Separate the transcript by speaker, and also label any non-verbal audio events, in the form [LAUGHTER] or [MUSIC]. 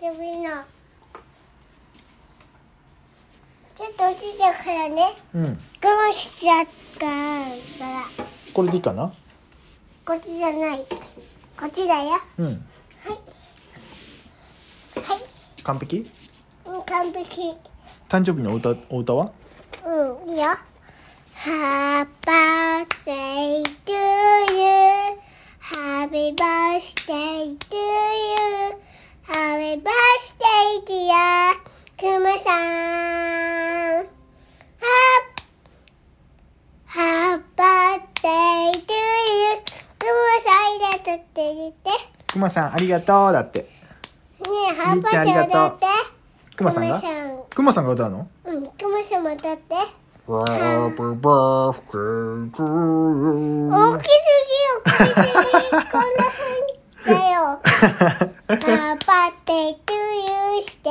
Speaker 1: でもいいなちょっと落ちちゃうからね
Speaker 2: うん
Speaker 1: 我慢しちゃったから
Speaker 2: これでいいかな
Speaker 1: こっちじゃないこっちだよは
Speaker 2: うん
Speaker 1: いはい
Speaker 2: 完璧
Speaker 1: うん完璧
Speaker 2: 誕生日のお歌お歌は
Speaker 1: うんいいよ Happy birthday to you Happy birthday to you Happy birthday dear くまさん Happy Happy birthday to you くまさんありがとうって言ってね
Speaker 2: くまさんありがとうだって
Speaker 1: えハッ
Speaker 2: みー
Speaker 1: パ
Speaker 2: ちゃん
Speaker 1: ー
Speaker 2: あ
Speaker 1: っ
Speaker 2: り
Speaker 1: て
Speaker 2: が
Speaker 1: 歌
Speaker 2: とう
Speaker 1: って
Speaker 2: くまさん
Speaker 1: くま
Speaker 2: が
Speaker 1: さん
Speaker 2: くまさんが歌
Speaker 1: [LAUGHS]
Speaker 2: うの
Speaker 1: うんくまさんも歌って
Speaker 2: Happy birthday to
Speaker 1: 大
Speaker 2: you
Speaker 1: きすぎよ、大きすぎ。こんなふうにだよ。パパって、トゥーユーして。